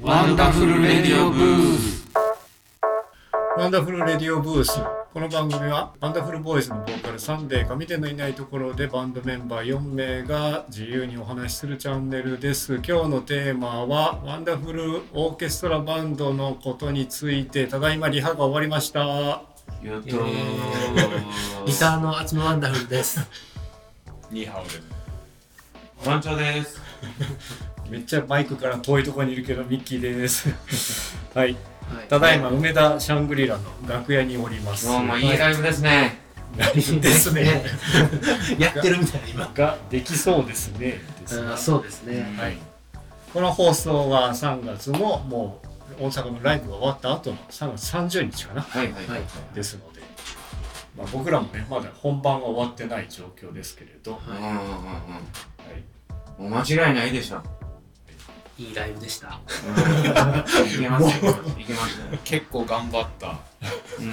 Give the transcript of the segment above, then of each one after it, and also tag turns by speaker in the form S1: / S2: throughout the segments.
S1: ワンダフルレディオブース
S2: ワンダフルレディオブース。この番組はワンダフルボーイスのボーカルサンデーが見てのいないところでバンドメンバー4名が自由にお話しするチャンネルです。今日のテーマはワンダフルオーケストラバンドのことについてただいまリハが終わりました。
S1: やった
S3: ギターのアツムワンダフルです。
S4: ニーハオで。
S1: 番長です
S2: めっちゃマイクから遠いところにいるけどミッキーです。 はい。
S3: はい
S2: ただいま梅田シャングリラの楽屋におります。
S1: どうもいいライブですね
S2: ですね。
S3: やってるみたいな
S2: ができそうですね。です
S3: 今。
S2: な
S3: あそうですね。
S2: はい、この放送は3月のもう大阪のライブが終わった後の3月30日かな
S1: はいはい
S3: はい。
S2: ですので、まあ、僕らもねまだ本番は終わってない状況ですけれど、は
S3: はい
S1: うん
S2: い、
S1: うんうんもう間違いないでしょ
S3: い、いライブでした。
S1: いけますよいけますよ
S4: 結構頑張った。
S1: うん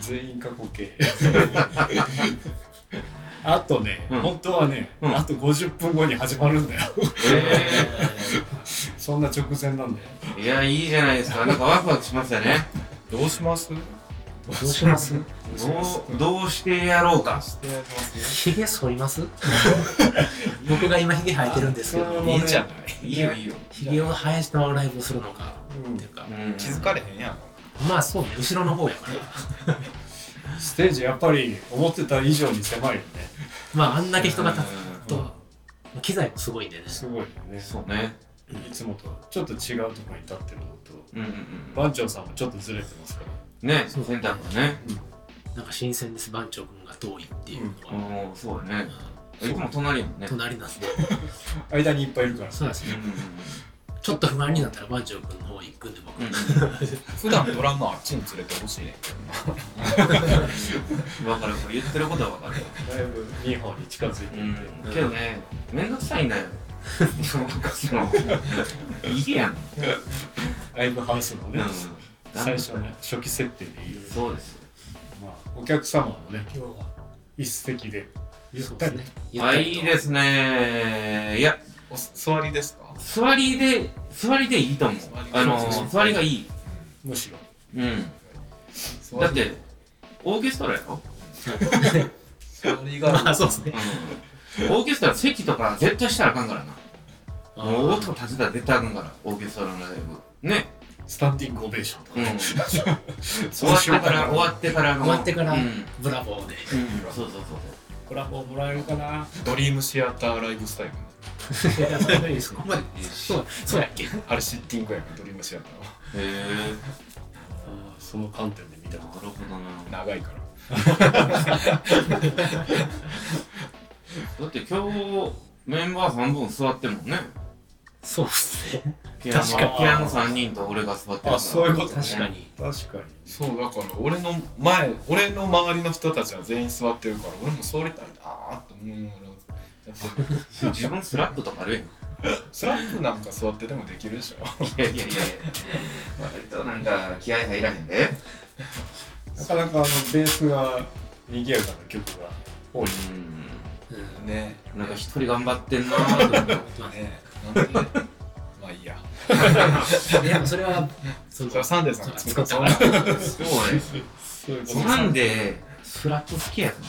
S2: 全員過去形 あとね、
S1: うん
S2: 本当はね、
S1: うん
S2: あと50分後に始まるんだよ
S1: え
S2: そんな直前なんだよ
S1: ーいやいいじゃないですかなんかワクワクしますよね
S4: どうします
S3: どうします
S1: どうどうしてやろうか
S3: ひげ剃ります僕が今ひげ生えてるんですけ
S2: そ
S3: ど、
S2: う
S4: いいんじゃない
S1: いいよいいよ
S3: ひげを生やしたままライブをするのか、
S2: うん
S3: っていうか
S1: う、ん
S4: 気づかれへんやん。
S3: まあそうね、後ろの方やから。
S2: ステージやっぱり思ってた以上に狭いよね
S3: まああんだけ人が立つ
S2: う
S3: と、機材もすごいんでね。
S2: すごいよね
S1: そうね
S2: いつもとちょっと違うところに立ってるのと
S1: うんうん
S2: 番長さんもちょっとずれてますから
S1: うんねセンターがね
S3: なんか新鮮です、番長君が遠いっていうのは。
S1: おおそうだね
S2: うん
S1: いつも隣やもんね
S3: 隣なんで。
S2: 間にいっぱいいるから
S3: そうなんです
S1: うん
S3: よ。
S1: うんうん
S3: ちょっと不安になったら番長君の方行くんで僕。
S4: 普段ドラムあっちに連れてほしいね。
S1: わかるこれ言ってることはわかる
S2: だいぶ日本に近づいていて、
S1: うんけどね面倒くさいんだよそのいいやん、
S2: ライブハウスのね、最初
S1: ね
S2: ね初期設定でいい、
S1: そうです
S2: まあ、お客様もね今日は一席でゆっ
S3: そう
S2: た
S3: です
S2: り、
S3: ね。
S1: あいいですねいや
S4: お座りですか
S1: 座りで座りでいいと思うあの
S4: そうそう
S1: 座りがいい
S2: むしろ
S1: うん
S4: 座り
S1: だってオーケストラやろ、
S4: 座りが。
S3: まあそうですね。
S1: うん、オーケストラ席とか絶対したらあかんからなもう音立てたら絶対あかんからオーケストラのライブね
S2: スタンディングオベーションとか、
S1: うん終
S2: そ
S1: わ
S2: う
S1: っ
S2: してよう
S1: か
S2: からな
S1: 終わってから
S3: 終わってから
S1: うん、うん、
S3: ブラボーで。
S1: そうそうそうそう
S2: コラボもらえるかな
S4: ドリームシアターライブスタイル。
S3: いや、それそこまで。 そう、そうやっけ。
S4: あれシッティングやから、ドリームシアターは。
S1: へえ
S2: その観点で見た
S1: なるほどな
S4: 長いから。
S1: だって今日メンバー半分座ってもんね
S3: そうっすね。
S1: ピアノ
S3: 確かに
S1: ピアノ3人と俺が座ってるから
S2: あそういうことね
S3: 確かに。
S2: 確かに
S4: そう、だから俺の前、俺の周りの人たちは全員座ってるから、俺も座りたいなーって思いながら。やっぱ
S1: 自分スラップとかあるやんい
S4: スラップなんか座っててもできるでしょ。
S1: やいやいやいや割となんか気合入らへんで
S2: なかなかあのベースが賑やかな曲が多
S3: う
S2: い
S3: ん。
S4: ね
S1: うんなんか一人頑張ってんなー って思う
S3: ま
S4: ねなんかね。まあいいや。
S3: あ、いや、それは、その
S4: それはサンデーさんが作
S3: 作
S4: っ
S3: ったた
S4: も
S3: か
S4: の
S3: ら。
S1: そうね
S2: そういうこと
S1: なんでスラップ好きやから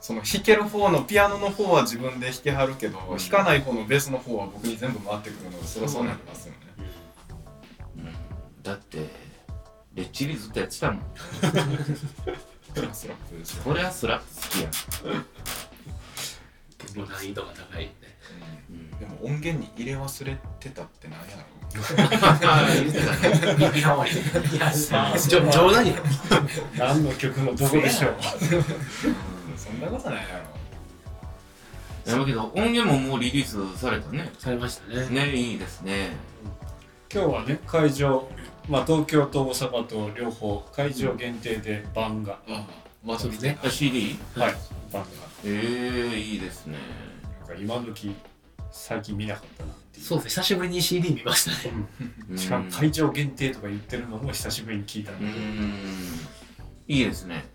S4: その弾ける方のピアノの方は自分で弾けはるけど、
S1: ん
S4: 弾かない方のベースの方は僕に全部回ってくるのでそりゃそうなりますよね、
S1: うんだってレッチリずっとやってたもん
S4: そりゃスラップですよ、
S1: これはスラップ好きやん
S3: 結構難易度が高いね。
S1: う
S4: うんんでも音源に入れ忘れてたってなんやろ
S1: 言ってたね
S3: いや、いや、じょ冗談やろ。
S2: 何の曲のどこでしょう
S4: そんなことないやろ
S1: やるけど音源ももうリリースされたね
S3: されましたね。
S1: ねいいですね
S2: 今日はね会場、まあ、東京と大阪と両方会場限定で版が、
S4: ああまだ
S3: そうですね
S1: あ CD?
S2: はい版が
S1: えー、いいですね
S2: なんか今時最近見なかったなっていう
S3: そうですね、久しぶりに CD 見ましたね。
S2: しかも
S1: うん
S2: 会場限定とか言ってるのも久しぶりに聞いた
S1: うー
S2: ので、
S1: んいいですね。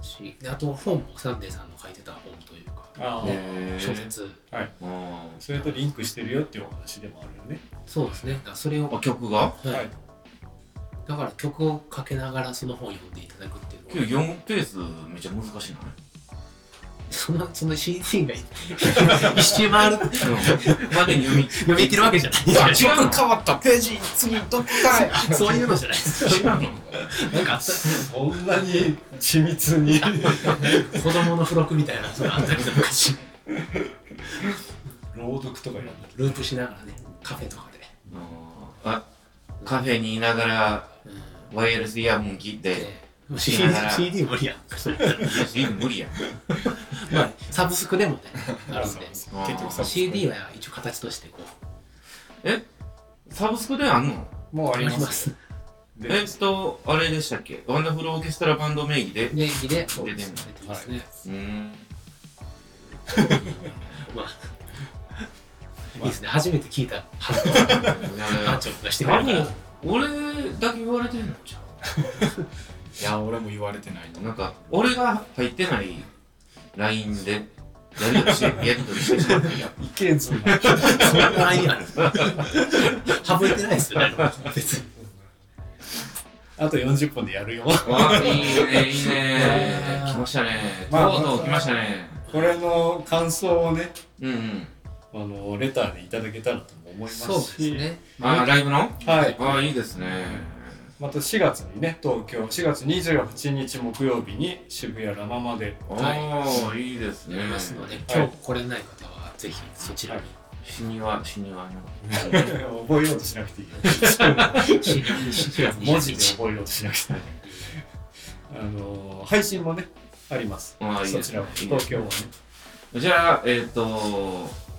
S3: しであと、本もサンデーさんの書いてた本というか、
S2: ああ、
S3: ね
S1: へ
S3: 諸
S1: ー
S3: 説
S1: あ
S2: それとリンクしてるよっていうお話でもあるよね。
S3: そうですねだからそれを、
S1: ーあ曲が
S3: はい
S2: はい
S3: だから曲をかけながらその本を読んでいただくっていうの
S1: 今
S3: は
S1: 日4ペースめっちゃ難しいな
S3: そのその CD が一周回る
S1: までに読み
S3: 読み切るわけじゃない
S4: わ
S3: じゃない
S4: 曲変わったページ次どっかへ
S3: そういうのじゃないです
S1: 違うの
S3: なんかあっ
S2: そんなに緻密に。
S3: た子供の付録みたいなそのあったりとかし
S2: 朗読とかやる
S3: ループしながらねカフェとかで、
S1: あカフェにいながら
S3: うん、
S1: ワイヤレスイヤホン切って
S3: で CD, CD 無理やん
S1: いや今無理やん
S3: まあサブスクでもねあるんで
S4: 結
S1: あー
S4: 局さ
S3: CD は一応形としてこ
S1: サブスクであんの
S2: もう
S3: う
S2: あ
S3: あ
S2: り
S3: り
S2: ます。
S3: ます
S1: えっとあれでしたっけワンダフルオーケストラバンド名義で
S3: 名義で
S1: そう
S3: 出
S1: で
S3: て
S1: す
S3: ますね、
S1: うーん
S3: まあいいですね初めて聞いたハッアーチョンがしてくれ
S1: 多
S3: るから
S1: 分俺だけ言われてんのじゃ
S4: いや俺も言われてないと
S1: う
S4: 思
S1: なんか俺が入ってない LINE でやり取りしてやり取りしてしまってるやん
S2: 意見ず
S3: そんな愛ある省いてないですよね別に
S2: あと40分でやるよ。
S1: わあいいねいいね
S3: あー
S1: 来ましたね
S2: まあ
S1: とうとう来ましたね
S2: これの感想をね、
S1: うんうん
S2: あのレターでいただけたらとも思いますし。
S3: そうですね
S1: あーライブの
S2: はい。
S1: ああいいですね
S2: また4月にね、東京、4月28日木曜日に渋谷ラママで、
S1: ああいいですね
S3: やりますので今日来れない方はぜひそちらに
S1: 死には死にはの
S2: 覚えようとしなくていいよ。
S3: しし
S2: 文字で覚えようとしなくていい。あの、配信もね、あります。
S1: ああいい
S2: そ
S1: です
S2: ち
S1: ね
S2: らも、東京もね。
S1: じゃあえっ、と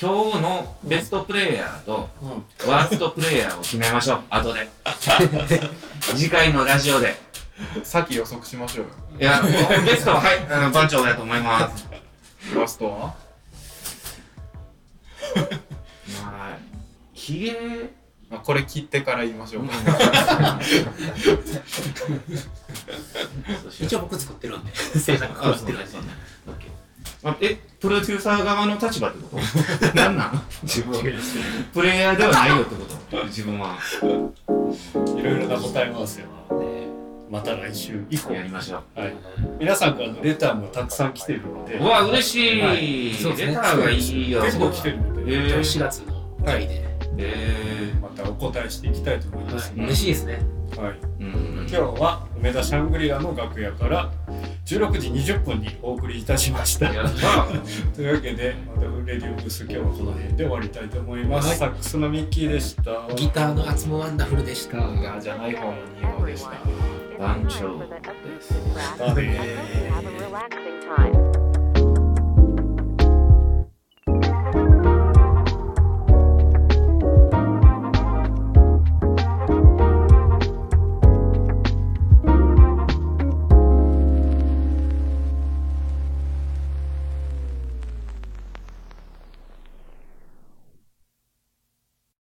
S1: 今日のベストプレイヤーと
S2: うん。
S1: ワーストプレイヤーを決めましょう後で 次回のラジオで
S4: うさっき予測しましょうよ
S1: いやベストははいあの番長だと思います
S4: ラストは
S1: まあひげ
S4: あこれ切ってから言いましょうか
S3: 一応僕作ってるん で制作
S1: あ
S3: が
S1: そ
S3: 作
S1: う
S3: ってる
S1: なんん
S3: で
S1: だオッケーあえプロデューサー側の立場ってこと なんなん自分プレイヤーではないよってこと自分はい
S2: ろいろな答え合わせをね、また来週以降。
S1: やりましょう
S2: はい。皆さんからのレターもたくさん来てるので、
S1: うわ嬉しい、
S2: は
S3: そうですね
S1: レターがいいよ
S2: 結構来てるので、
S1: えー
S3: 4月の回で、
S1: え
S2: またお答えしていきたいと思います。
S3: 嬉しいですね
S2: はい。
S1: ー、うん
S2: 今日は梅田シャングリラの楽屋から16時20分にお送りいたしました。
S1: やった
S2: というわけで、またレディオブース今日はこの辺で終わりたいと思います。サックスのミッキーでした。
S3: ギターのアツモワンダフルでした、
S4: あじゃない方の2号でした
S1: 番長です
S2: だね
S5: Have a relaxing time.